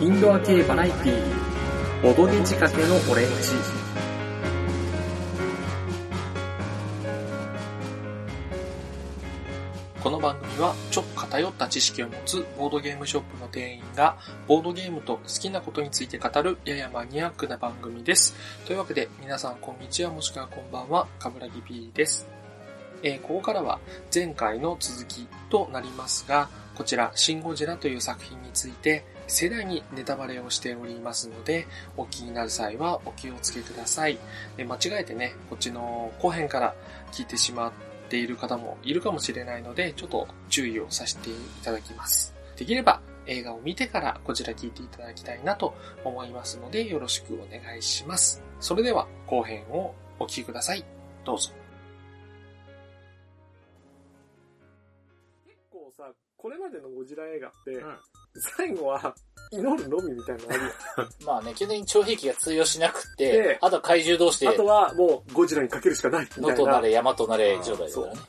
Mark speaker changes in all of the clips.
Speaker 1: インドア系バラエティー、ボドゲ仕掛けのオレンジ。この番組は、ちょっと偏った知識を持つボードゲームショップの店員が、ボードゲームと好きなことについて語る、ややマニアックな番組です。というわけで、皆さんこんにちは、もしくはこんばんは、かぶらぎ P です。えーここからは、前回の続きとなりますが、こちら、シン・ゴジラという作品について、世代にネタバレをしておりますので、お気になる際はお気をつけください。で間違えてね、こっちの後編から聞いてしまっている方もいるかもしれないので、ちょっと注意をさせていただきます。できれば映画を見てからこちら聞いていただきたいなと思いますので、よろしくお願いします。それでは後編をお聞きください。どうぞ。
Speaker 2: 結構さ、これまでのゴジラ映画って、最後は祈るのみみたいなのあるよ。
Speaker 3: まあね、基本的に懲役が通用しなくて、
Speaker 2: で
Speaker 3: あとは怪獣同士
Speaker 2: あ
Speaker 3: で、
Speaker 2: とはもうゴジラにかけるしかないみた
Speaker 3: 野
Speaker 2: い
Speaker 3: と
Speaker 2: な。
Speaker 3: なれ山となれ状態だからね。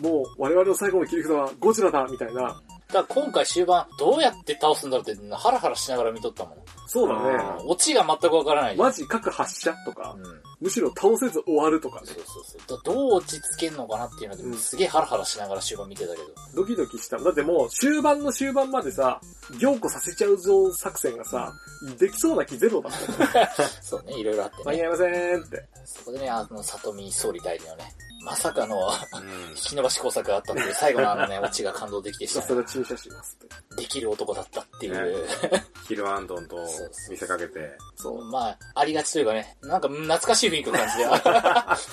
Speaker 2: もう我々の最後の切り札はゴジラだみたいな。
Speaker 3: だから今回終盤、どうやって倒すんだろうって、ハラハラしながら見とったもん。
Speaker 2: そうだ
Speaker 1: あ
Speaker 2: ね。
Speaker 3: オチが全くわからない。
Speaker 2: マジ各発射とか
Speaker 3: う、ん。
Speaker 2: むしろ倒せず終わるとかね
Speaker 3: そ。うそうそう。だどう落ち着けんのかなっていうので、
Speaker 2: うん
Speaker 3: すげえハラハラしながら終盤見てたけど。
Speaker 2: ドキドキした。だってもう終盤の終盤までさ、凝固させちゃうぞ作戦がさ、できそうな気ゼロだった。
Speaker 3: そうね、いろいろあって
Speaker 2: 間に
Speaker 3: ね。
Speaker 2: 合いませんって。
Speaker 3: そこでね、あの、里見総理大臣のね、まさかの
Speaker 1: うん
Speaker 3: 引き伸ばし工作があったんで、最後のあのね、オチが感動的でし
Speaker 2: ひた
Speaker 3: た
Speaker 2: す
Speaker 3: ね、
Speaker 2: ら注射しますって。
Speaker 3: できる男だったっていう。
Speaker 1: ヒルアンドンと
Speaker 3: 見せかけ
Speaker 1: て。
Speaker 3: そう、 まあ、ありがちというかね、なんかうん懐かしい雰囲気の感じで。
Speaker 1: さすが平井誠
Speaker 2: なのに伸びちゃっ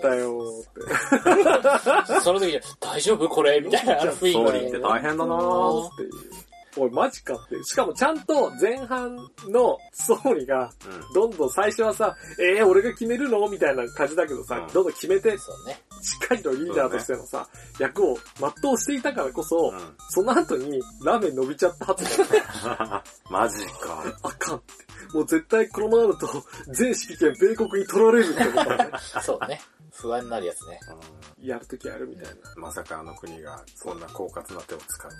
Speaker 2: たよーって。
Speaker 3: その時に、大丈夫これみたい なあの雰囲気
Speaker 1: 総
Speaker 3: が
Speaker 1: 理って大変だなぁ。
Speaker 2: っていう。おい、マジかって。しかもちゃんと前半の総理が、どんどん最初はさ、えー、俺が決めるのみたいな感じだけどさ、
Speaker 1: うん
Speaker 2: どんどん決めて、し
Speaker 3: そうね。
Speaker 2: っかりとリーダーとしてのさ、役を全うしていたからこそ、
Speaker 1: うん
Speaker 2: その後にラーメン伸びちゃったはずだ
Speaker 1: マジか。
Speaker 2: あかんって。もう絶対このままだと、全指揮権米国に取られるってこ とだね。
Speaker 3: そうね。不安になるやつね。
Speaker 2: やるときやるみたいな。
Speaker 1: まさかあの国がそんな狡猾な手を使う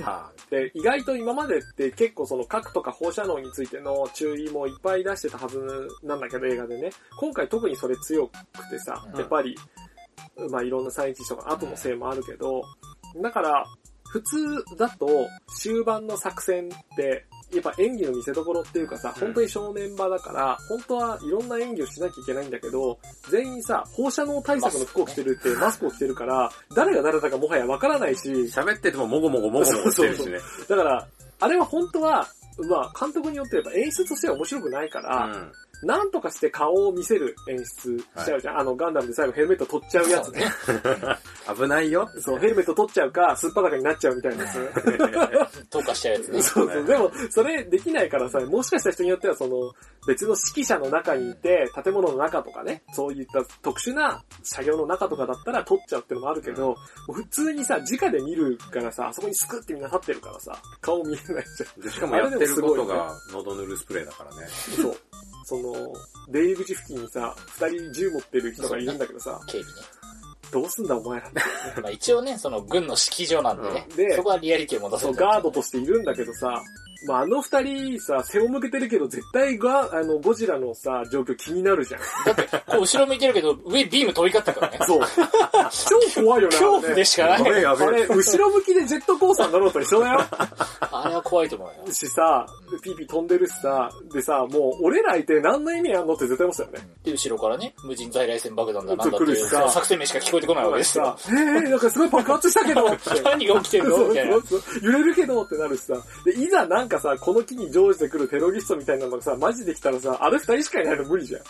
Speaker 1: とは。は は
Speaker 2: で、意外と今までって結構その核とか放射能についての注意もいっぱい出してたはずなんだけど映画でね、今回特にそれ強くてさ、
Speaker 3: うん
Speaker 2: やっぱり、まあいろんな3・11とか後のせいもあるけど、だから普通だと終盤の作戦って、やっぱ演技の見せ所っていうかさ、
Speaker 1: うん
Speaker 2: 本当に正面場だから、本当はいろんな演技をしなきゃいけないんだけど、全員さ、放射能対策の服を着てるって、マスクを着てるから、誰が誰だかもはやわからないし、
Speaker 1: 喋っててももごもごもごもごしてるしね。
Speaker 2: だから、あれは本当は、まあ、監督によって言えば演出としては面白くないか
Speaker 1: う
Speaker 2: ら、
Speaker 1: ん
Speaker 2: なんとかして顔を見せる演出しちゃうじゃん。あの、ガンダムで最後ヘルメット取っちゃうやつね。
Speaker 1: 危ないよ。
Speaker 2: そう、ヘルメット取っちゃうか、すっぱだかになっちゃうみたいなやつ。
Speaker 3: どうかしちゃうやつね。
Speaker 2: そうそう。でも、それできないからさ、もしかした人によっては、その、別の指揮者の中にいて、建物の中とかね、そういった特殊な車両の中とかだったら撮っちゃうってのもあるけど、普通にさ、直で見るからさ、あそこにスクってみんな立ってるからさ、顔見えないじゃん。
Speaker 1: でしかもやってることが喉塗るスプレーだからね。
Speaker 2: そう。その、出入り口付近にさ、二人銃持ってる人がいるんだけどさ、
Speaker 3: 警備ね。
Speaker 2: どうすんだお前らって。
Speaker 3: まあ一応ね、その軍の式場なんでね。
Speaker 2: うんで
Speaker 3: そこはリアリティを持たせ
Speaker 2: そ
Speaker 3: て
Speaker 2: う、ガードとしているんだけどさ、まあ、あの二人さ、背を向けてるけど、絶対が、あの、ゴジラのさ、状況気になるじゃん。
Speaker 3: こう後ろ向いてるけど、上ビーム飛び交ってるからね。
Speaker 2: そう。超怖いよね。
Speaker 3: 恐怖でしか
Speaker 1: あ
Speaker 3: ない。
Speaker 1: れ やべ
Speaker 2: あれ、
Speaker 1: え。
Speaker 2: 後ろ向きでジェットコースターになろうと一緒だよ。
Speaker 3: あれは怖いと思うよ。
Speaker 2: しさ、ピーピー飛んでるしさ、でさ、もう俺らいて何の意味あんのって絶対思ってたよね。
Speaker 3: で、後ろからね、無人在来線爆弾だなんだって
Speaker 2: 来
Speaker 3: い
Speaker 2: る
Speaker 3: う、
Speaker 2: し
Speaker 3: そ
Speaker 2: さ
Speaker 3: の作戦名しか聞こえてこないわけです
Speaker 2: さ
Speaker 3: よ。、
Speaker 2: えー、なんかすごい爆発したけどって。
Speaker 3: 何が起きてるのみたいな
Speaker 2: そう。そうそう揺れるけどってなるしさ。で、いざなんかさ、この木に乗じてくるテロリストみたいなのがさ、マジで来たらさ、あれ二人しかいないの無理じゃん。
Speaker 3: ね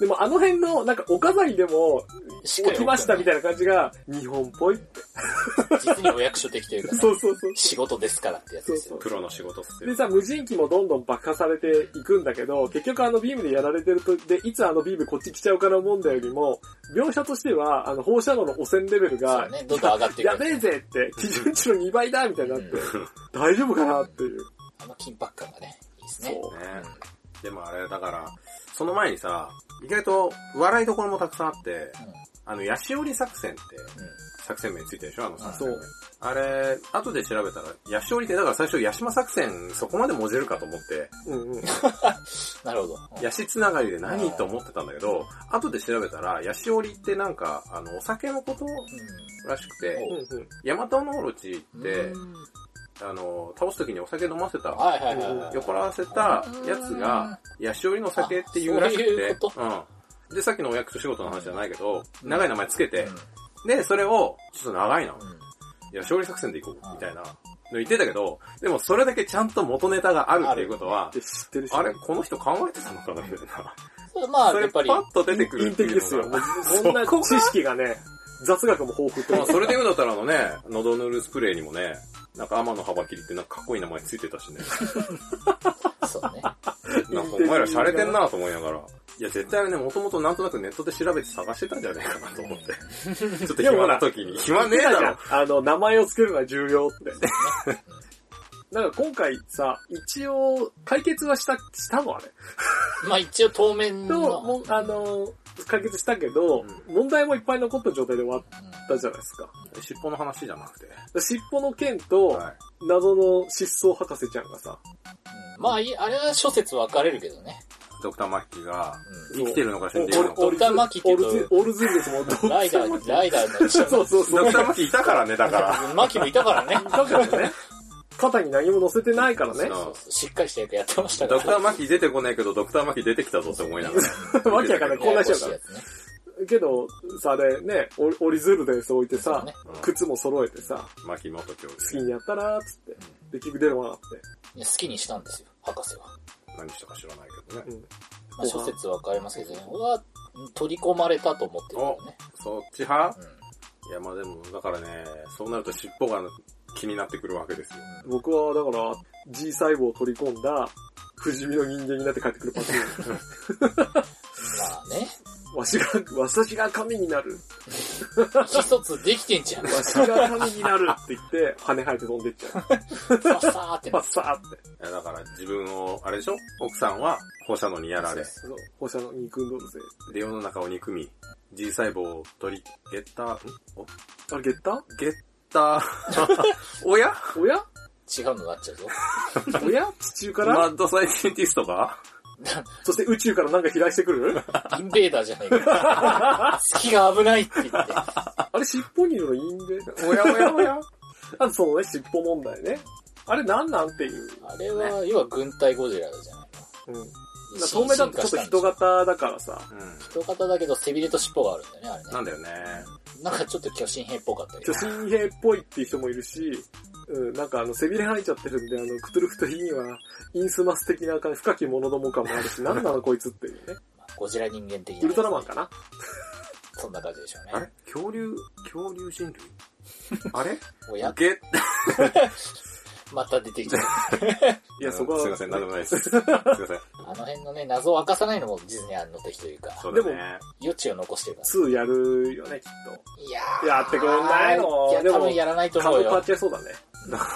Speaker 2: でもあの辺の、なんかお飾りでも、
Speaker 3: しっか
Speaker 2: 起
Speaker 3: り
Speaker 2: きましたみた
Speaker 3: い
Speaker 2: いな感じが、日本っぽいって。
Speaker 3: な。実にお役所的というかね、
Speaker 2: そうそうそう。
Speaker 3: 仕事ですからってやつですよ。
Speaker 1: 黒の仕事っす
Speaker 2: で
Speaker 1: よ。
Speaker 2: さ、無人機もどんどん爆破されていくんだけど、結局あのビームでやられてると、で、いつあのビームこっち来ちゃうかな問題よりも、描写としては、あの、放射能の汚染レベル
Speaker 3: そう
Speaker 2: が、
Speaker 3: ね、どんどん上がっていく
Speaker 2: やべえぜって、基準値の2倍だみたいになって、大丈夫かなっていう。
Speaker 3: あの緊迫感がね、いいです
Speaker 2: そ
Speaker 3: ね。
Speaker 2: う。
Speaker 3: うん
Speaker 1: ねでもあれ、だから、その前にさ、意外と笑いどころもたくさんあって、あの、ヤシオリ作戦って、
Speaker 3: うん
Speaker 4: 作戦名ついてるでしょあの作
Speaker 2: そ
Speaker 4: 戦名
Speaker 2: う。
Speaker 4: あれ、後で調べたら、ヤシオリって、だから最初、ヤシマ作戦、そこまでもじるかと思って、
Speaker 2: うんうん。
Speaker 3: なるほど。
Speaker 4: ヤシつながりで何と思ってたんだけど、後で調べたら、ヤシオリってなんか、あの、お酒のことらしくて、
Speaker 2: うんうん。
Speaker 4: ヤマトノオロチ
Speaker 3: う
Speaker 4: っ
Speaker 3: ん
Speaker 4: て
Speaker 3: う、ん
Speaker 4: あの、倒す時にお酒飲ませた、
Speaker 3: はいはいはいはい。
Speaker 4: 酔っ払わせたやつが、ヤシオリの酒っていうらしく
Speaker 3: あそうい
Speaker 4: て
Speaker 3: うこ、
Speaker 4: うん。で、さっきのお役所仕事の話じゃないけど、
Speaker 3: うん
Speaker 4: 長い名前つけて
Speaker 3: う、ん
Speaker 4: で、それを、ちょっと長いな、
Speaker 3: うん
Speaker 4: いや、勝利作戦で行こう、みたいな。の言ってたけど、でもそれだけちゃんと元ネタがあるっていうことは
Speaker 2: で、、知ってるし。
Speaker 4: あれ、この人考えてたのかな、みたいな。
Speaker 3: それまあ、
Speaker 4: そ
Speaker 3: や
Speaker 4: れ
Speaker 3: っ
Speaker 4: パ
Speaker 3: ぱり、
Speaker 4: ッと出てくる
Speaker 2: 陰
Speaker 4: って
Speaker 2: 的
Speaker 4: い
Speaker 2: です
Speaker 4: う
Speaker 2: よ。
Speaker 4: の
Speaker 2: も
Speaker 4: が。
Speaker 2: うこんな知識がね、雑学も豊富 とい
Speaker 4: まあ、
Speaker 2: うか
Speaker 4: それで言うんだったらあのね、のどぬるスプレーにもね、なんか天の幅切りってなんかかっこいい名前ついてたしね。
Speaker 3: そうね。
Speaker 4: なんかお前ら洒落てんなと思いながら。いや、絶対あれね、もともとなんとなくネットで調べて探してたんじゃないかなと思って。ちょっと暇な時に。暇ねえだろ。
Speaker 2: あの、名前をつけるのは重要って。なんか今回さ、一応、解決はした、したのあれ。
Speaker 3: まあ一応当面
Speaker 2: と、
Speaker 3: の、
Speaker 2: もうあの、解決したけど、
Speaker 4: う
Speaker 2: 問題もいっぱい残った状態で終わったじゃないですか。
Speaker 4: 尻尾の話じゃなくて。
Speaker 2: 尻尾の件と、
Speaker 4: はい。
Speaker 2: 謎の失踪博士ちゃんがさ、
Speaker 3: うんまあいい、あれは諸説分かれるけどね。
Speaker 4: ドクターマッキーが、
Speaker 3: う
Speaker 4: 生きてるのか死んでいるのか
Speaker 2: オ
Speaker 3: ド
Speaker 2: ル
Speaker 3: ク
Speaker 2: ズ
Speaker 3: ターマキってい
Speaker 2: オ
Speaker 3: う
Speaker 2: ー
Speaker 3: と
Speaker 2: ルズ、オールズーですもん、ド
Speaker 3: ん。ライダー、ライダーの
Speaker 2: そうそうそう。
Speaker 4: ドクターマキいたからね、だから。
Speaker 3: マキもいたからね。
Speaker 2: だからね、肩に何も乗せてないからね。
Speaker 4: そう
Speaker 3: しっかりした役やってましたか
Speaker 4: ドクタ
Speaker 3: ら。
Speaker 4: ーマキ出てこないけど、ドクターマキ出てきたぞって思いながら。
Speaker 2: わけわかんない
Speaker 4: うん
Speaker 2: こんな人だから
Speaker 3: ややこしいやつね
Speaker 2: けど、さ、あれね、オリオリズールでそう置いて
Speaker 3: そう
Speaker 2: さ、
Speaker 3: ね。
Speaker 2: 靴も揃えてさ、
Speaker 4: マキ元教
Speaker 2: 好き
Speaker 4: 授ね。
Speaker 2: にやったらーっつって。で、結局出るわなって。
Speaker 3: いや好きにしたんですよ、博士は。
Speaker 4: 何したか知らないけどね。
Speaker 3: まあ、諸説分かれますけどね。俺はうん取り込まれたと思ってるからね。
Speaker 4: そっち派
Speaker 3: うん
Speaker 4: いや、まあでも、だからね、そうなると尻尾が気になってくるわけですよ。
Speaker 2: 僕はだから G 細胞を取り込んだ不死身の人間になって帰ってくるパター
Speaker 3: まあね。
Speaker 2: ン。わしが、私が神になる。
Speaker 3: 一つできてんじゃ ん。
Speaker 2: わしが神になるって言って、羽生えて飛んでっちゃう。
Speaker 3: さーって
Speaker 2: パ
Speaker 3: な
Speaker 2: ッ。サーって。
Speaker 4: いや、だから自分を、あれでしょ奥さんは放射能にやられ、
Speaker 2: そう、放射能に組んどるぜ。
Speaker 4: で、世の中を憎み、G 細胞を取り、ゲッター、んお
Speaker 2: あれ、ゲッタ
Speaker 4: ゲッター、おや
Speaker 2: ーおや
Speaker 3: 違うのになっちゃうぞ。
Speaker 2: おや地中か
Speaker 4: マ
Speaker 2: ら
Speaker 4: ッドサイエンティストが
Speaker 2: そして宇宙からなんか飛来してくる
Speaker 3: インベーダーじゃ ないか。月が危ないって言って。
Speaker 2: あれ、尻尾にいるのいいんで。
Speaker 4: おやおやおや
Speaker 2: あとそのね、尻尾問題ね。あれ、なんなんっていう。
Speaker 3: あれは、要は軍隊ゴジラじゃない
Speaker 2: うん。だか
Speaker 3: の。
Speaker 2: ら透明だとちょっと人。型だからさ。
Speaker 4: う
Speaker 3: 人型だけど背びれと尻尾があるんだよね、あれね
Speaker 4: ん。。なんだよね。
Speaker 3: なんかちょっと巨神兵っぽかったけ
Speaker 2: 巨
Speaker 3: ど。
Speaker 2: 神兵っぽいっていう人もいるし、うん、なんかあの、背びれ生えちゃってるんで、あの、クトゥルフとヒには、インスマス的な感じ、深き者ども感もあるし、なんなのこいつっていうね。
Speaker 3: ゴジラ人間的な。
Speaker 2: ウルトラマンかな
Speaker 3: そんな感じでしょう
Speaker 4: あ
Speaker 3: ね
Speaker 4: れ。恐竜、恐竜人 類あれ
Speaker 3: おや
Speaker 4: ゲッ
Speaker 3: また出てきた。
Speaker 2: いや、そこは。
Speaker 4: すいません、なんでもない です。すいません。
Speaker 3: あの辺のね、謎を明かさないのもディズニーの敵というか、
Speaker 4: そうだね。
Speaker 3: 余地を残してるから。
Speaker 2: 2やるよね、きっ
Speaker 3: いや
Speaker 2: と。やってくれないの
Speaker 3: いや、
Speaker 2: で
Speaker 3: 多
Speaker 2: も
Speaker 3: 分、やらないと思
Speaker 2: 顔
Speaker 3: う
Speaker 2: 変わっ
Speaker 3: よ。
Speaker 2: ちゃいそうだね。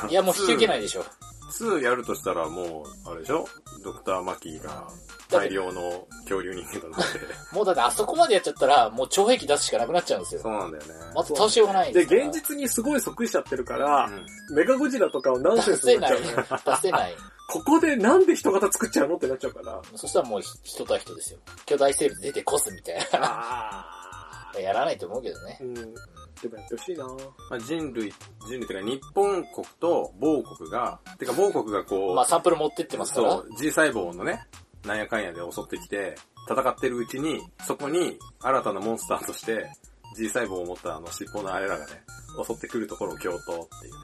Speaker 3: いや、もう引き受けないでしょ。
Speaker 4: 2やるとしたらもう、あれでしょドクターマキーが
Speaker 3: だって
Speaker 4: 大量の恐竜人間だって。
Speaker 3: もうだってあそこまでやっちゃったら、もう懲役出すしかなくなっちゃうんです
Speaker 4: そ
Speaker 3: よ。
Speaker 4: うなんだよね。
Speaker 3: また倒しようがない
Speaker 2: で、
Speaker 3: から
Speaker 2: 現実にすごい即位しちゃってるから
Speaker 4: う、ん
Speaker 2: メガゴジラとかをナンセン
Speaker 3: 出
Speaker 2: スに
Speaker 3: せ
Speaker 2: なっ
Speaker 3: な
Speaker 2: ち
Speaker 3: い。
Speaker 2: ゃう
Speaker 3: 出
Speaker 2: ね。
Speaker 3: せない。
Speaker 2: ここでなんで人型作っちゃうのってなっちゃうから。
Speaker 3: そしたらもう人対人ですよ。巨大生物出てこすみたい
Speaker 2: あ
Speaker 3: な。やらないと思うけどね
Speaker 2: う。ん。でもやってほしいな
Speaker 4: まあ、人類、人類っていうか日本国と某国が、てか某国がこう、
Speaker 3: まあサンプル持ってってますから。
Speaker 4: そう、G 細胞のね、なんやかんやで襲ってきて、戦ってるうちに、そこに新たなモンスターとして、G 細胞を持ったあの尻尾のあれらがね、襲ってくるところを共闘っていうね。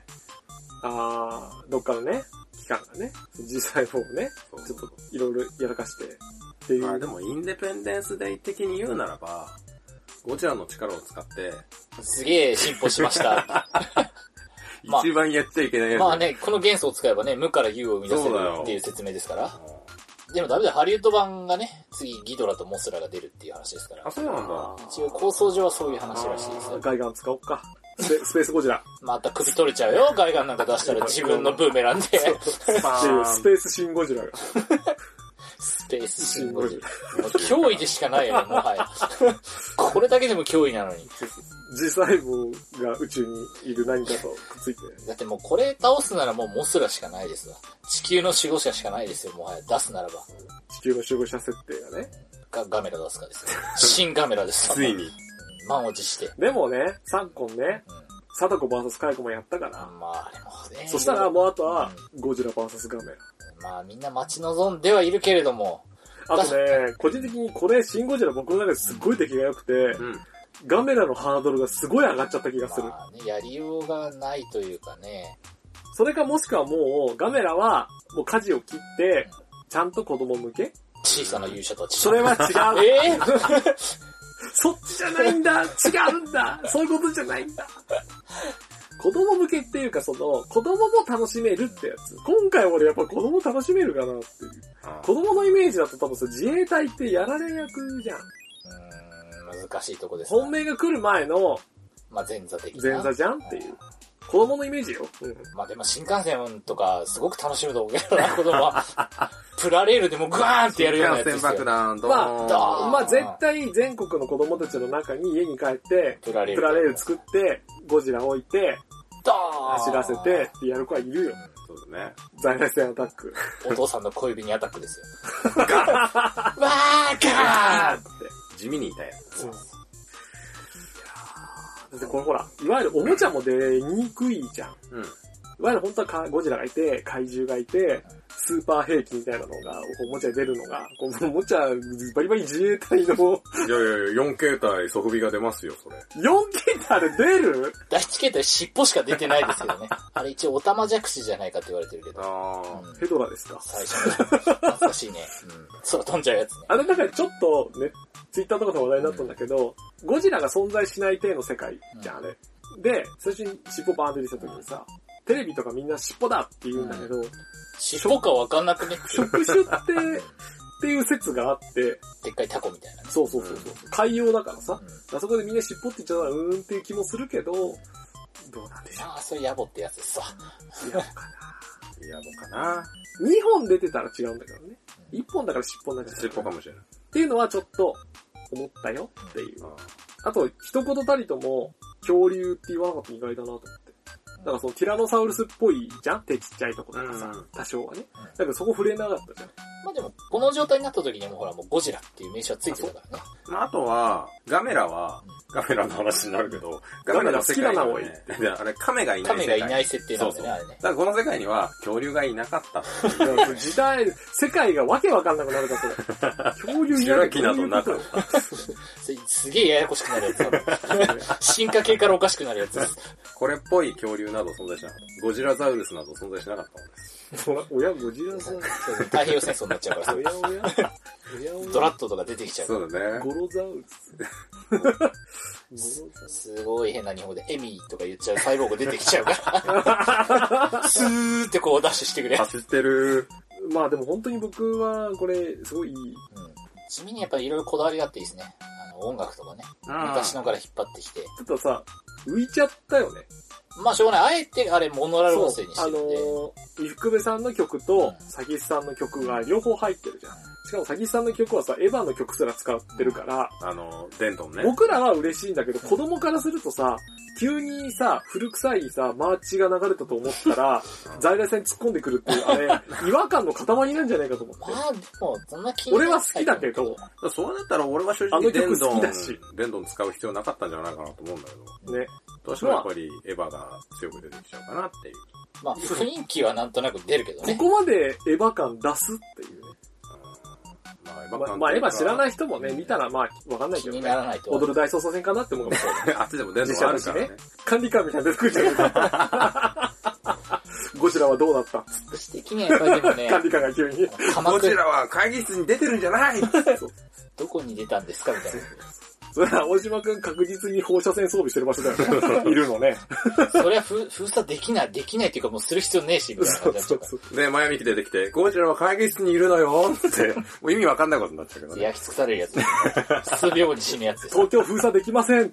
Speaker 2: あー、どっかのね、機関がね、G 細胞をね、
Speaker 4: そう
Speaker 2: ち
Speaker 4: そう
Speaker 2: ょっ
Speaker 4: そ
Speaker 2: と
Speaker 4: う
Speaker 2: いろいろやらかして、っていう。
Speaker 4: まあでも、インデペンデンスデイ的に言うならば、ゴジラの力を使って、
Speaker 3: すげえ進歩しま した。まあ
Speaker 4: 一番やっちゃいけないやつ。
Speaker 3: まあね、この元素を使えばね、無から有を生み出せる
Speaker 4: そうだよ
Speaker 3: っていう説明ですか
Speaker 4: う
Speaker 3: ら。
Speaker 4: ん。
Speaker 3: でもダメだよ、ハリウッド版がね、次ギドラとモスラが出るっていう話ですから
Speaker 4: あ、。そうなんだ。
Speaker 3: 一応構想上はそういう話らしいですよ。
Speaker 2: ガイガン使おうか。スペスペースゴジラ。
Speaker 3: また首取れちゃうよ、ガイガンなんか出したら自分のブーメランで。
Speaker 4: パ
Speaker 2: っていうス
Speaker 4: ーン
Speaker 2: ペースシンゴジラが。
Speaker 3: ススペースシン
Speaker 2: ゴ
Speaker 3: ゴ
Speaker 2: ジ
Speaker 3: ジラ。もう脅威でしかないよね、もはや。これだけでも脅威なのに。
Speaker 2: G 細胞が宇宙にいる何かとくっついて。
Speaker 3: だってもうこれ倒すならもうモスラしかないですわ。地球の守護者しかないですよ、もはや。出すならば。
Speaker 2: 地球の守護者設定がね。
Speaker 3: ガガメラ出すか ですよ。新ガメラですわ
Speaker 4: つい。に。
Speaker 3: うん満を持して。
Speaker 2: でもね、昨今ね、
Speaker 3: うん
Speaker 2: 貞子 VS カイコもやったから、
Speaker 3: まあ、あれもね。
Speaker 2: そしたらもうあとは、ゴジラ VS ガメラ。
Speaker 3: まあみんな待ち望んではいるけれども、
Speaker 2: あとね、個人的にこれ、シンゴジラ僕の中ですっごい出来が良くて
Speaker 4: う、ん。
Speaker 2: ガメラのハードルがすごい上がっちゃった気がする。
Speaker 3: まあね、やりようがないというかね、
Speaker 2: それかもしくはもう、ガメラは、もう舵を切って、ちゃんと子供向け
Speaker 3: 小さな勇者たち。
Speaker 2: それは違 う。
Speaker 3: えー、
Speaker 2: そっちじゃないんだ違うんだそういうことじゃないんだ子供向けっていうか、その、子供も楽しめるってやつ。今回俺やっぱ子供楽しめるかなっていう。
Speaker 4: あ
Speaker 2: 子供のイメージだと多分それ自衛隊ってやられ役じゃん。
Speaker 3: うーん難しいとこですな
Speaker 2: 本命が来る前の
Speaker 3: まあ前座的な。
Speaker 2: 前座じゃんっていう。子供のイメージよ。うん。
Speaker 3: まあでも新幹線とかすごく楽しむと思うけどな、子供 は。プラレールでもグワーンってやるようなやつです
Speaker 4: 爆
Speaker 3: よ。
Speaker 4: 弾、ド
Speaker 2: ま
Speaker 4: ーン。
Speaker 3: ドーン
Speaker 2: まあ絶対全国の子供たちの中に家に帰って、
Speaker 3: プラレー
Speaker 2: プ
Speaker 3: ル。
Speaker 2: ラレール作って、ゴジラ置いて、
Speaker 3: ドーン
Speaker 2: 走らせて、ってやる子はいるよ。
Speaker 4: そうだね。
Speaker 2: 在来線アタッ ク。
Speaker 3: お父さんの小指にアタックですよ。 ガーンわーガーン
Speaker 4: 地味に痛い。
Speaker 2: うんだってこれほら、いわゆるおもちゃも出にくいじゃん。い
Speaker 4: うん。
Speaker 2: わゆる本当はかゴジラがいて、怪獣がいて、スーパー兵器みたいなのが、おもちゃで出るのが、こうおもちゃ、バリバリ自衛隊の 4K
Speaker 4: いやいやいや、4形態、ソフビが出ますよ、それ。
Speaker 2: ってあれ出る
Speaker 3: 第一形態尻尾しか出てないですけどね。あれ一応オタマジャクシじゃないかって言われてるけど。
Speaker 4: あ
Speaker 3: う
Speaker 4: ー。
Speaker 3: ん
Speaker 2: ヘドラですか。
Speaker 3: 最初の。懐かしいね。うん。空飛んじゃうやつね。
Speaker 2: あれだからちょっとね、ツイッターとかで話題になったんだけど、ゴジラが存在しない体の世界じゃん、あれ。で、最初に尻尾バーンって出た時にさ、テレビとかみんな尻尾だって言うんだけど、
Speaker 3: 尻尾かわかんなくね。
Speaker 2: 触手って、っていう説があって、
Speaker 3: でっかいタコみたいなね。
Speaker 2: そうそうそうそう。海洋だからさ、
Speaker 3: うん
Speaker 2: あそこでみんな尻尾って言っちゃうのはうーんっていう気もするけど、どうなんでしょ
Speaker 3: ああ、それ野暮ってやつですわ。
Speaker 2: う。いや、
Speaker 4: いや、どうかな。
Speaker 2: 2本出てたら違うんだけどね。1本だから尻尾になっちゃった
Speaker 4: 尻尾かもしれない。
Speaker 2: っていうのはちょっと思ったよっていう。
Speaker 4: あ
Speaker 2: あと、一言たりとも、恐竜って言わなかったの意外だなと思って。だからそのティラノサウルスっぽいじゃん手ちっちゃいとことかさ、
Speaker 4: うん
Speaker 2: 多少はね。
Speaker 3: うん
Speaker 2: だけどそこ触れなかったじゃん。
Speaker 3: まあでも、この状態になった時にはもうほら、もうゴジラっていう名称はついてたからね。
Speaker 4: ーまあ、あとは、ガメラは、ガメラの話になるけど、
Speaker 2: ガメラ好
Speaker 4: 世
Speaker 2: き
Speaker 4: 界
Speaker 2: だな
Speaker 4: には
Speaker 2: おい
Speaker 4: ねいやあれ、亀がいない
Speaker 3: カ
Speaker 4: 世
Speaker 3: メ
Speaker 4: 界。
Speaker 3: がいない
Speaker 4: だ
Speaker 3: 設定なんだよね、あれね。
Speaker 4: からこの世界には、恐竜がいなかったっていう。
Speaker 2: だから時代、世界がわけわかんなくなるから、それ。恐竜い
Speaker 4: 白
Speaker 2: ない
Speaker 4: 木などなかっ
Speaker 2: ど
Speaker 4: た。
Speaker 3: それすげえややこしくなるやつだもん
Speaker 2: ういうこと
Speaker 3: 進化系からおかしくなるやつです。
Speaker 4: これっぽい恐竜など存在しなかった。ゴジラザウルスなど存在しなかったもんです。
Speaker 2: おや、ゴジラさん。
Speaker 3: 太平洋戦争になっちゃうから
Speaker 2: おやおや。おやお
Speaker 3: ド
Speaker 2: や。
Speaker 3: ラットとか出てきちゃうか
Speaker 4: そうだね。
Speaker 2: ゴロザウルス。ゴロザウ
Speaker 3: ら。
Speaker 2: ルス
Speaker 3: すごい変な日本で、エミーとか言っちゃうサイボーグ出てきちゃう から。スーってこうダッシュしてくれ。
Speaker 4: 走ってる。
Speaker 2: まあでも本当に僕は、これ、すごいいい。
Speaker 3: うん地味にやっぱりいろいろこだわりがあっていいですね。あの、音楽とかね。昔のから引っ張ってきて。
Speaker 2: ちょっとさ、浮いちゃったよね。
Speaker 3: まあしょうがない。あえて、あれ、モノラル音声にし
Speaker 2: あ
Speaker 3: て
Speaker 2: の
Speaker 3: るんで。
Speaker 2: ー、伊福部さんの曲と、
Speaker 3: うん
Speaker 2: サギスさんの曲が両方入ってるじゃん。しかもサギスさんの曲はさ、エヴァの曲すら使ってるから、
Speaker 4: あの、デントンね。
Speaker 2: 僕らは嬉しいんだけど、子供からするとさ、急にさ、古臭いさ、マーチが流れたと思ったら、在来線突っ込んでくるっていう、あ れ、違和感の塊なんじゃないかと思って。
Speaker 3: まあでも、そんな気に
Speaker 2: 俺は好きだけど、
Speaker 4: そうなったら俺は正
Speaker 2: あの
Speaker 4: 直デ
Speaker 2: 曲
Speaker 4: ンド
Speaker 2: 好
Speaker 4: ン
Speaker 2: きだし、
Speaker 4: デンドン使う必要なかったんじゃないかなと思うんだけど。
Speaker 2: ね。
Speaker 4: どうしてもやっぱりエヴァが強く出てきちゃうかなっていう。
Speaker 3: まあ雰囲気はなんとなく出るけど
Speaker 2: こ
Speaker 3: ね。
Speaker 2: こまでエヴァ感出すっていうね。
Speaker 4: うんまあエヴァ。
Speaker 2: ままあ、エヴァ知らないい人もね、見たらまあ、わかんない
Speaker 3: 気
Speaker 2: けど
Speaker 3: に
Speaker 2: ね
Speaker 3: な。らないと。
Speaker 2: 踊る大捜査線かなって思うかもしれない。
Speaker 4: あっちでもデンドンあるからね。
Speaker 2: 管理官みたいなの出てくるじゃん。ゴジラはどうなった
Speaker 3: 私的にはやっぱりでもね、
Speaker 2: 管理官が急に。
Speaker 3: 鎌
Speaker 4: こち
Speaker 3: 倉、
Speaker 4: らは会議室に出てるんじゃ ない
Speaker 3: どこに出たんですかみたい
Speaker 2: それは大島くん確実に放射線装備してる場所だよね。いる のね。
Speaker 3: な。それは封封鎖できない、できないっていうかもうする必要ねえし、みたいな
Speaker 2: そ
Speaker 3: 感じ
Speaker 2: う
Speaker 3: になっち
Speaker 2: そ
Speaker 3: ゃう
Speaker 2: う
Speaker 3: か
Speaker 2: そう。
Speaker 4: で、前見き出てきて、こちらは会議室にいるのよって、もう意味わかんないことになっちゃうけど
Speaker 3: ら。
Speaker 4: ね。
Speaker 3: 焼き尽くされるやつ。数秒後に死ぬやつです。封
Speaker 2: 東京封鎖できません。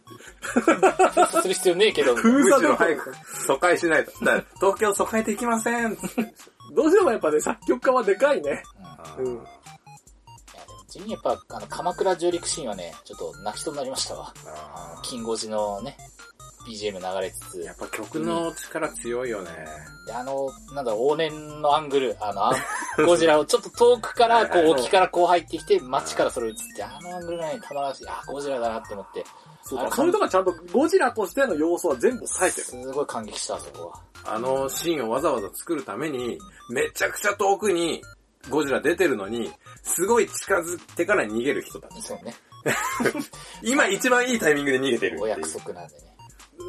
Speaker 3: 鎖する必要ねえけど、
Speaker 2: 封
Speaker 4: むし
Speaker 2: 鎖
Speaker 4: ろ
Speaker 2: だと
Speaker 4: 早く疎開しないと。だから東京疎開できません
Speaker 2: どうしてもやっぱね、作曲家はでかいね。
Speaker 3: うん
Speaker 2: うん
Speaker 3: ちにやっぱ、あの、鎌倉上陸シーンはね、ちょっと泣きそうになりましたわ。あの
Speaker 4: あ
Speaker 3: 金剛寺のね、BGM 流れつつ
Speaker 4: ー。やっぱ曲の力強いよね。
Speaker 3: であの、なんだろう、往年のアングル、あのあん、ゴジラをちょっと遠くから、こう、沖からこう入ってきて、街からそれを映って、あのアングルがね、たまらなくて、あ、ゴジラだなって思って、
Speaker 2: そう
Speaker 3: あ
Speaker 2: だ、
Speaker 3: れ
Speaker 2: そういうとこはちゃんとゴジラとしての要素は全部抑えてる。
Speaker 3: すごい感激した、そこは。
Speaker 4: あのシーンをわざわざ作るために、めちゃくちゃ遠くにゴジラ出てるのに、すごい近づいてから逃げる人だ。
Speaker 3: そうね、
Speaker 4: 今一番いいタイミングで逃げてるっていう。
Speaker 3: お約束なんで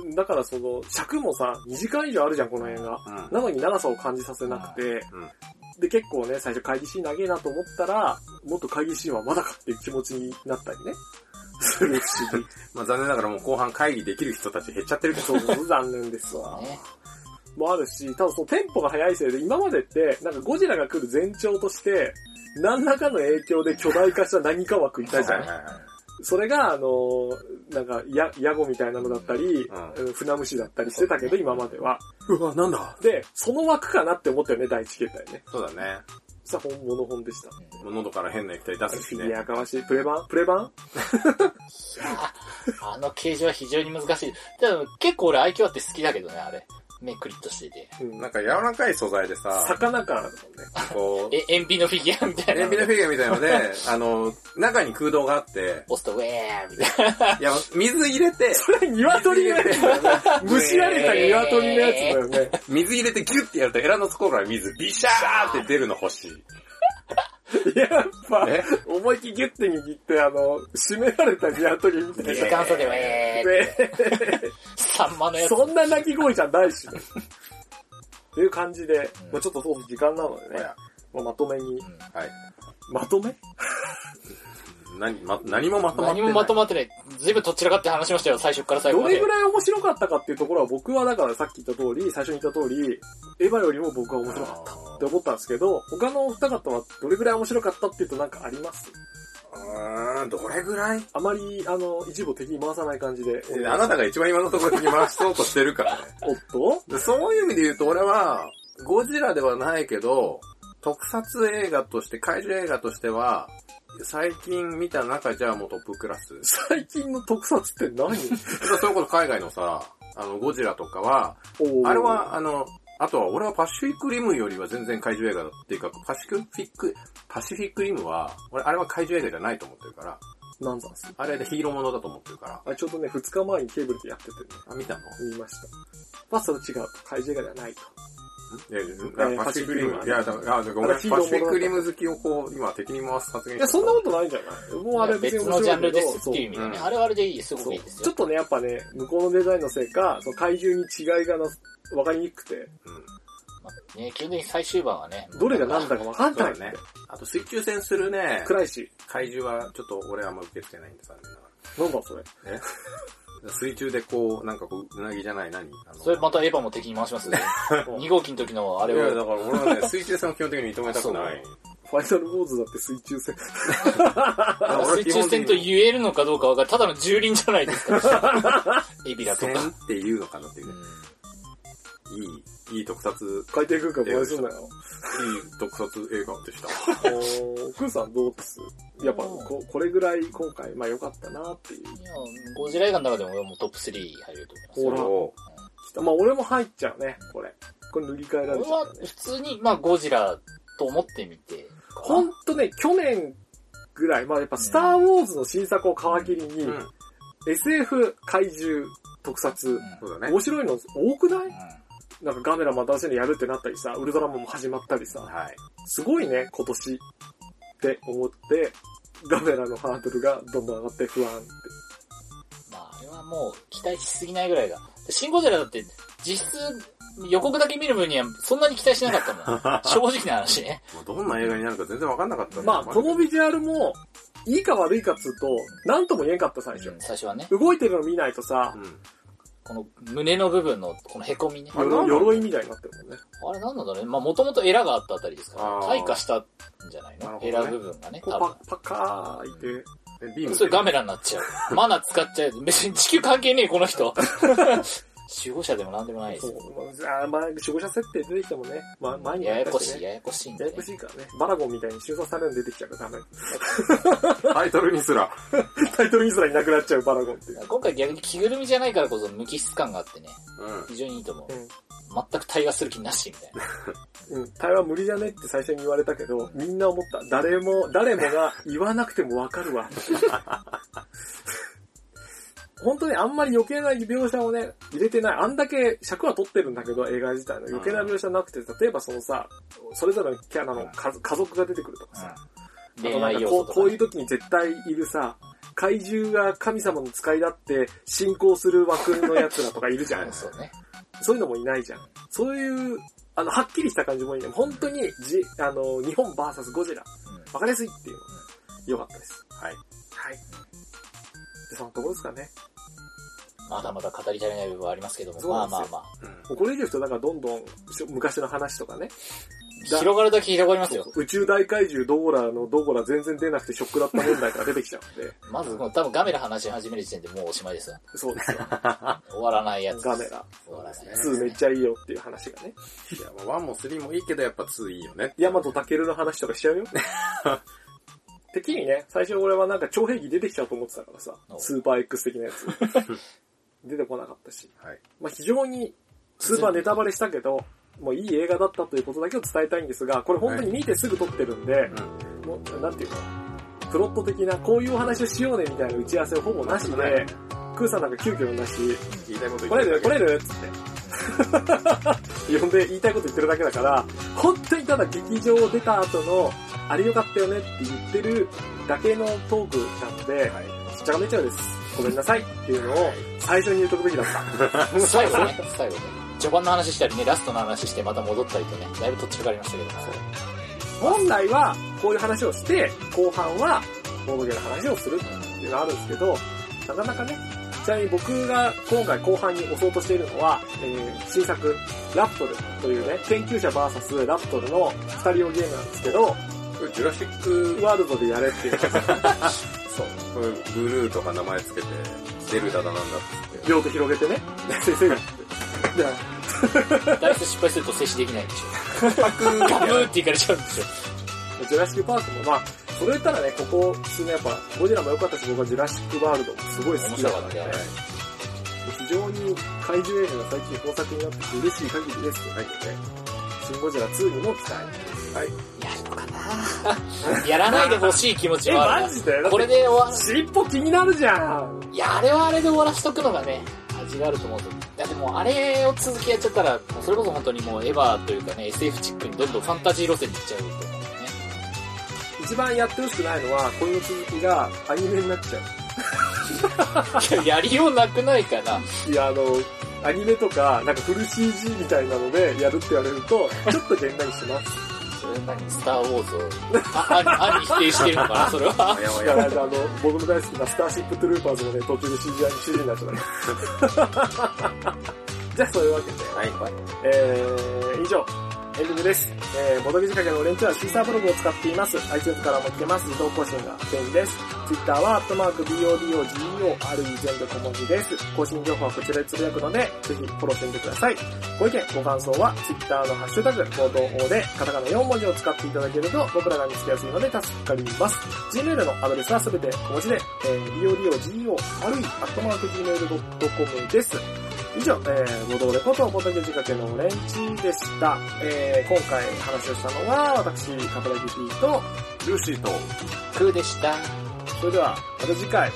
Speaker 3: ね。
Speaker 2: だからその、尺もさ、2時間以上あるじゃん、この映画。
Speaker 4: うん。
Speaker 2: なのに長さを感じさせなくて、
Speaker 4: うん
Speaker 2: で、結構ね、最初会議シーン長えなと思ったら、もっと会議シーンはまだかっていう気持ちになったりね。するし、
Speaker 4: まあ残念ながらもう後半会議できる人たち減っちゃってるけど。
Speaker 2: そう、残念ですわ。
Speaker 3: ね。
Speaker 2: もあるし、多分そのテンポが速いせいで、今までって、なんかゴジラが来る前兆として、何らかの影響で巨大化した何か枠いたじゃん。
Speaker 4: はいはい。
Speaker 2: それが、あのーなんか、や、ヤゴみたいなのだったり、
Speaker 4: う
Speaker 2: 船虫だったりしてたけど、
Speaker 3: そうね
Speaker 2: 今までは。
Speaker 4: うわ、なんだ
Speaker 2: で、その枠かなって思ったよね、第一形態ね。
Speaker 4: そうだね。
Speaker 2: さ、本物本でした。
Speaker 4: もう喉から変な液体出すし
Speaker 2: フィ
Speaker 4: ね。
Speaker 2: ギュアかわしい。プレ版プレ版
Speaker 3: あの形状は非常に難しい。でも結構俺愛嬌あって好きだけどね、あれ。目クリッとしてて。
Speaker 2: うん
Speaker 4: なんか柔らかい素材でさ、
Speaker 2: 魚感あるもんね。
Speaker 4: こう、
Speaker 3: え、塩ビのフィギュアみたいな。
Speaker 4: エンビのフィギュアみたいので、あの、中に空洞があって、
Speaker 3: 押すとウェーみたいない
Speaker 4: や、水入れて、
Speaker 2: それ、鶏のやつだよね。蒸し上げた鶏のやつだよね。
Speaker 4: 水入れてギュッてやるとエラの底から水ビシャーって出るの欲しい。
Speaker 2: やっぱ、
Speaker 4: え
Speaker 2: 思いっきりギュッて握って、あの、締められた鶏みたい
Speaker 3: 時
Speaker 2: な。
Speaker 3: 間差でウェ ーって。
Speaker 2: で
Speaker 3: サンマのやつ。
Speaker 2: そんな鳴き声じゃないしね。っていう感じで、
Speaker 3: うん
Speaker 2: まあちょっとそう時間なので
Speaker 4: ほ
Speaker 2: ね
Speaker 4: ら、
Speaker 2: まあまとめ
Speaker 4: は
Speaker 3: う、ん
Speaker 2: に
Speaker 4: い。
Speaker 2: まとめ
Speaker 4: 何、ま、何もまとまって
Speaker 3: 何
Speaker 4: ない。
Speaker 3: もまとまってない。ずいぶんとっちらかって話しましたよ、最初から最後
Speaker 2: ど
Speaker 3: まで。
Speaker 2: れぐらい面白かったかっていうところは僕はだからさっき言った通り、最初に言った通り、エヴァよりも僕は面白かった
Speaker 4: あー
Speaker 2: って思ったんですけど、他のお二方はどれぐらい面白かったっていうとなんかあります
Speaker 4: うーん、どれぐらい
Speaker 2: あまり、あの、一部敵に回さない感じで。
Speaker 4: えあなたが一番今のところに回そうとしてるから ね。
Speaker 2: おっと
Speaker 4: でそういう意味で言うと俺は、ゴジラではないけど、特撮映画として、怪獣映画としては、最近見た中じゃもうトップクラス。
Speaker 2: 最近の特撮って何
Speaker 4: それこそ海外のさ、あの、ゴジラとかは、
Speaker 2: おー
Speaker 4: あれは、あの、あとは俺はパシフィックリムよりは全然怪獣映画だっていうか、パシフィック、パシフィックリムは、俺あれは怪獣映画じゃないと思ってるから、
Speaker 2: なんざんす
Speaker 4: あれでヒーローものだと思ってるから。
Speaker 2: あれちょうどね、2日前にケーブルでやっててね、
Speaker 4: あ、見たの
Speaker 2: 見ました。まあそれ違うと。怪獣映画ではないと。
Speaker 4: いやいや
Speaker 2: えー
Speaker 4: パシフィックリム
Speaker 2: パシフィックリム
Speaker 4: いや、だから、あごめんパ
Speaker 2: あれヒ
Speaker 4: シ
Speaker 2: ー
Speaker 4: フ
Speaker 2: ローものだ
Speaker 4: ィックリム好きをこう、今敵に回す発言
Speaker 2: いや、そんなことないんじゃないもうあれ別
Speaker 3: 別
Speaker 2: に
Speaker 3: の
Speaker 2: 面
Speaker 3: ジャ
Speaker 2: 白
Speaker 3: ン
Speaker 2: い
Speaker 3: ル
Speaker 2: け
Speaker 3: で
Speaker 2: ど、
Speaker 3: すっていう意味でね。あれはあれでいい、す
Speaker 2: そ
Speaker 3: ご
Speaker 2: う
Speaker 3: くいいです
Speaker 2: ちょ
Speaker 3: よ
Speaker 2: っ。とね、やっぱね、向こうのデザインのせいか、その怪獣に違いがな分かりにくくて、
Speaker 4: うん
Speaker 3: まあね、基本的に最終盤はね。
Speaker 2: どれが何だか分かん
Speaker 4: そ
Speaker 2: な
Speaker 4: う
Speaker 2: い
Speaker 4: だ
Speaker 2: って、
Speaker 4: ね。あと水中戦するね、
Speaker 2: 暗いし、
Speaker 4: 怪獣はちょっと俺あんま受け付けないんで残念なが
Speaker 2: なんだそれ。
Speaker 4: ら。水中でこう、なんかこう、うなぎじゃない、何あの
Speaker 3: それまたエヴァも敵に回し ますよね。2号機の時のあれ
Speaker 4: いや、だ
Speaker 3: を。
Speaker 4: から俺はね、水中戦を基本的に認めたくない。
Speaker 2: ファイナルウォーズだって水中戦。
Speaker 3: 水中戦と言えるのかどうかわかる。ただの蹂躙じゃないですか。エビ
Speaker 4: う
Speaker 3: だと
Speaker 4: 戦
Speaker 3: か。
Speaker 4: っていうのかなっていううね。
Speaker 3: ん
Speaker 4: いい、いい特撮、
Speaker 2: 海底空間燃やすんだ
Speaker 4: い
Speaker 2: よ。
Speaker 4: い特撮映画でした。
Speaker 2: おー、クーさんどうですやっぱこ、これぐらい今回、まあ良かったなっていう。
Speaker 3: いや、ゴジラ映画の中でも俺はもうトップ3入ると思います
Speaker 2: ほ
Speaker 3: よ。
Speaker 2: ら
Speaker 4: そ
Speaker 2: まあ俺も入っちゃうね、これ。これ塗り替えられ
Speaker 3: 俺
Speaker 2: ちゃ
Speaker 3: は
Speaker 2: うね
Speaker 3: 普。通に、まあゴジラと思ってみて。
Speaker 2: ほんとね、去年ぐらい、まあやっぱスターウォーズの新作を皮切りに、
Speaker 4: ううん。
Speaker 2: SF、怪獣、特撮、
Speaker 3: う
Speaker 4: そうだね
Speaker 2: 面。白いの多くない
Speaker 3: ん
Speaker 2: なんかガメラまた新しいのやるってなったりさ、ウルトラマンも始まったりさ、
Speaker 4: はい。
Speaker 2: すごいね、今年って思って、ガメラのハードルがどんどん上がって不安って。
Speaker 3: まあ、あれはもう期待しすぎないぐらいが。でシン・ゴジラだって、実質予告だけ見る分にはそんなに期待しなかったもん。正直な話ね。
Speaker 4: もうどんな映画になるか全然わかんなかったね。
Speaker 2: まあ、このビジュアルも、いいか悪いかっつうと、なんとも言えんかった最初。
Speaker 3: うん最初はね。
Speaker 2: 動いてるの見ないとさ
Speaker 4: う、ん。
Speaker 3: この胸の部分のこの凹みね。
Speaker 4: あ
Speaker 3: あ
Speaker 4: れなんだ
Speaker 2: 鎧みたいになってるもんね。
Speaker 3: れなんなんだろうね。まあもともとエラがあったあたりですから、
Speaker 4: あー
Speaker 3: 退化したんじゃない
Speaker 4: なる
Speaker 3: の、
Speaker 4: ほど
Speaker 3: エ
Speaker 4: ね
Speaker 3: ラ部分がね、
Speaker 2: こ
Speaker 3: 多分。
Speaker 2: うパパカーいて、
Speaker 4: えビーム。
Speaker 3: それガメラになっちゃう。マナー使っちゃう。別に地球関係ねえ、この人。 守護者でもなんでもないです
Speaker 2: そ
Speaker 3: よ。
Speaker 2: う。あーまあ、守護者設定出てきてもね、まあ、前に
Speaker 3: ややこ
Speaker 2: 出
Speaker 3: し
Speaker 2: し
Speaker 3: い、
Speaker 2: ね。
Speaker 3: ややこしいんで
Speaker 2: や
Speaker 3: ね
Speaker 2: やこ。しいからね。バラゴンみたいに収束されるの出てきちゃうからダメ。
Speaker 4: タイトルにすら。
Speaker 2: タイトルにすらいなくなっちゃうバラゴンっていう。
Speaker 3: 今回逆に着ぐるみじゃないからこそ無機質感があってね、
Speaker 4: うん。
Speaker 3: 非常にいいと思う
Speaker 2: う。ん
Speaker 3: 全く対話する気なしみたいな。
Speaker 2: うん、対話無理じゃねって最初に言われたけど、みんな思った。誰も、誰もが言わなくてもわかるわ。 本当にあんまり余計な描写をね、入れてない。あんだけ尺は取ってるんだけど、映画自体の余計な描写なくて、例えばそのさ、それぞれのキャラの家家族が出てくるとかさ、あと
Speaker 3: 恋
Speaker 2: なん
Speaker 3: 愛
Speaker 2: か
Speaker 3: 要
Speaker 2: こ
Speaker 3: 素
Speaker 2: うことう
Speaker 3: か
Speaker 2: いう時に絶対いるさ、怪獣が神様の使いだって信仰する枠のやつらとかいるじゃ ん
Speaker 3: ね。。そうね。
Speaker 2: そういうのもいないじゃん。そういう、あの、はっきりした感じもいいね。本当に、じ、あの、日本 VS ゴジラ。
Speaker 3: うん
Speaker 2: わかりやすいっていうの良かったです。
Speaker 4: はい。
Speaker 2: はい。でそのところですかね。
Speaker 3: まだまだ語り足りない部分はありますけども、
Speaker 2: そう
Speaker 3: ま
Speaker 2: な
Speaker 3: あ
Speaker 2: んです
Speaker 3: ま
Speaker 2: よ
Speaker 3: あま
Speaker 4: うん
Speaker 3: あ。
Speaker 2: もうこれ以上人だからどんどんし昔の話とかね。だ
Speaker 3: 広がるだけ広がりますよ。
Speaker 2: 宇宙大怪獣どこらのどこら全然出なくてショックだった問題から出てきちゃうんで。
Speaker 3: まず、もう多分ガメラ話し始める時点でもうおし まいですよ。
Speaker 2: そうですよ。
Speaker 3: 終わらないやつ。
Speaker 2: ガメ。ラ。
Speaker 3: 終わらないやつ。
Speaker 2: 2めっちゃいいよっていう話がね。
Speaker 4: いや、まあ1も3もいいけどやっぱ2いいよね。
Speaker 2: ヤマトタケルの話とかしちゃ うよ。てっきりね、最初俺はなんか超兵器出てきちゃうと思ってたからさ
Speaker 3: お、う
Speaker 2: スーパー X 的な やつ。出てこなかったし。
Speaker 4: はい。
Speaker 2: まあ、非常にスーパーネタバレしたけど、もういい映画だったということだけを伝えたいんですが、これ本当に見てすぐ撮ってるんで、
Speaker 4: う
Speaker 2: もう、なんていうのプロット的な、こういうお話をしようねみたいな打ち合わせをほぼなしで、
Speaker 4: ね
Speaker 2: クーさんなんか急遽呼んだし、
Speaker 4: 言いたいこと言
Speaker 2: 来れ
Speaker 4: って
Speaker 2: る来
Speaker 4: だ
Speaker 2: れるっつって。 呼んで言いたいこと言ってるだけだから、本当にただ劇場を出た後の、あれよかったよねって言ってるだけのトークなん
Speaker 4: け
Speaker 2: で、
Speaker 4: はい。
Speaker 2: しっちゃかめっちゃうです。ごめんなさいっていうのを最初に言っとくべきだった。
Speaker 3: 最後ね、最後ね。序盤の話したりね、ラストの話してまた戻ったりとね、だいぶとっちかかりましたけども。
Speaker 2: 本来はこういう話をして、後半はボードゲームの話をするっていうのがあるんですけど、なかなかね、ちなみに僕が今回後半に押そうとしているのは、えー新作、ラプトルというね、研究者 VS ラプトルの二人用ゲームなんですけど、
Speaker 4: これジュラシック、
Speaker 2: ワールドでやれっていう、
Speaker 3: そう。
Speaker 4: これブルーとか名前つけて、デルタだなんだっつって。
Speaker 2: 両手広げてね、 先生が。で
Speaker 3: ダイス失敗すると静止できないんでし ょ。ガブーっていかれちゃうんでしょ。
Speaker 2: ジュラシックパークもまあ、それ言ったらね、ここ数年やっぱ、ゴジラも良かったし、僕はジュラシックワールドもすごい好
Speaker 3: 面
Speaker 2: き
Speaker 3: 白
Speaker 2: だか
Speaker 3: からったよ。
Speaker 2: ね。非常に怪獣映画が最近豊作になってて嬉しい限りです。
Speaker 4: はい。
Speaker 2: シンゴジラ2にも期待。
Speaker 3: やるのかなやらないでほしい気持ち
Speaker 2: え、
Speaker 3: はあ
Speaker 2: マ
Speaker 3: る
Speaker 2: ジで
Speaker 3: な。これで終わる。
Speaker 2: 尻尾気になるじゃん
Speaker 3: いや、あれはあれで終わらしとくのがね、味があると思うんですよ。だってもうあれを続きやっちゃったら、もうそれこそ本当にもうエヴァというかね、SF チックにどんどんファンタジー路線に行っちゃうと思うんだよね。
Speaker 2: 一番やってほしくないのは、こういう続きがアニメになっちゃ
Speaker 3: い ややりようなくないかな。
Speaker 2: う。いや、あの、アニメとか、なんかフル CG みたいなのでやるって言われると、ちょっと現代にし ます。
Speaker 3: それなにスター・ウォーズを、あ、あ、あに否定してるのかな、それは。
Speaker 4: あ やばいや
Speaker 2: だか
Speaker 4: ば
Speaker 2: ら、
Speaker 4: い
Speaker 2: あ。の、僕の大好きなスターシップトゥルーパーズのね、途中で CG アニ CG になっちゃった。 じゃあ、そういうわけで。
Speaker 4: はい。
Speaker 2: えー、以上、エンディングです。えー、ボドゲ仕掛けのオレンジはシーサーブログを使っています。iTunes からも聞けます。投稿信が便利です。Twitter は、アットマーク、BODOGEORE 全部小文字です。更新情報はこちらでつぶやくので、ぜひフォローしてみてください。ご意見、ご感想は、Twitter のハッシュタグ、冒頭で、カタカナ4文字を使っていただけると、僕らが見つけやすいので助かります。Gmail のアドレスはすべて小文字で、えー、BODOGEORE、アットマーク、Gmail.com です。以上、えー、ボドレこと、ボトゲ仕掛けのオレンジでした。えー、今回話をしたのは、私、カブラギ P と、
Speaker 4: ジューシーと、
Speaker 3: 空でした。
Speaker 2: それでは、また次回、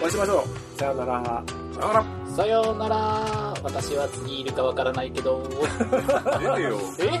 Speaker 2: お会いしましょう。さようなら。
Speaker 4: さよな
Speaker 3: さようなら。私は次いるかわからないけど。
Speaker 4: ら、出てよ。
Speaker 3: え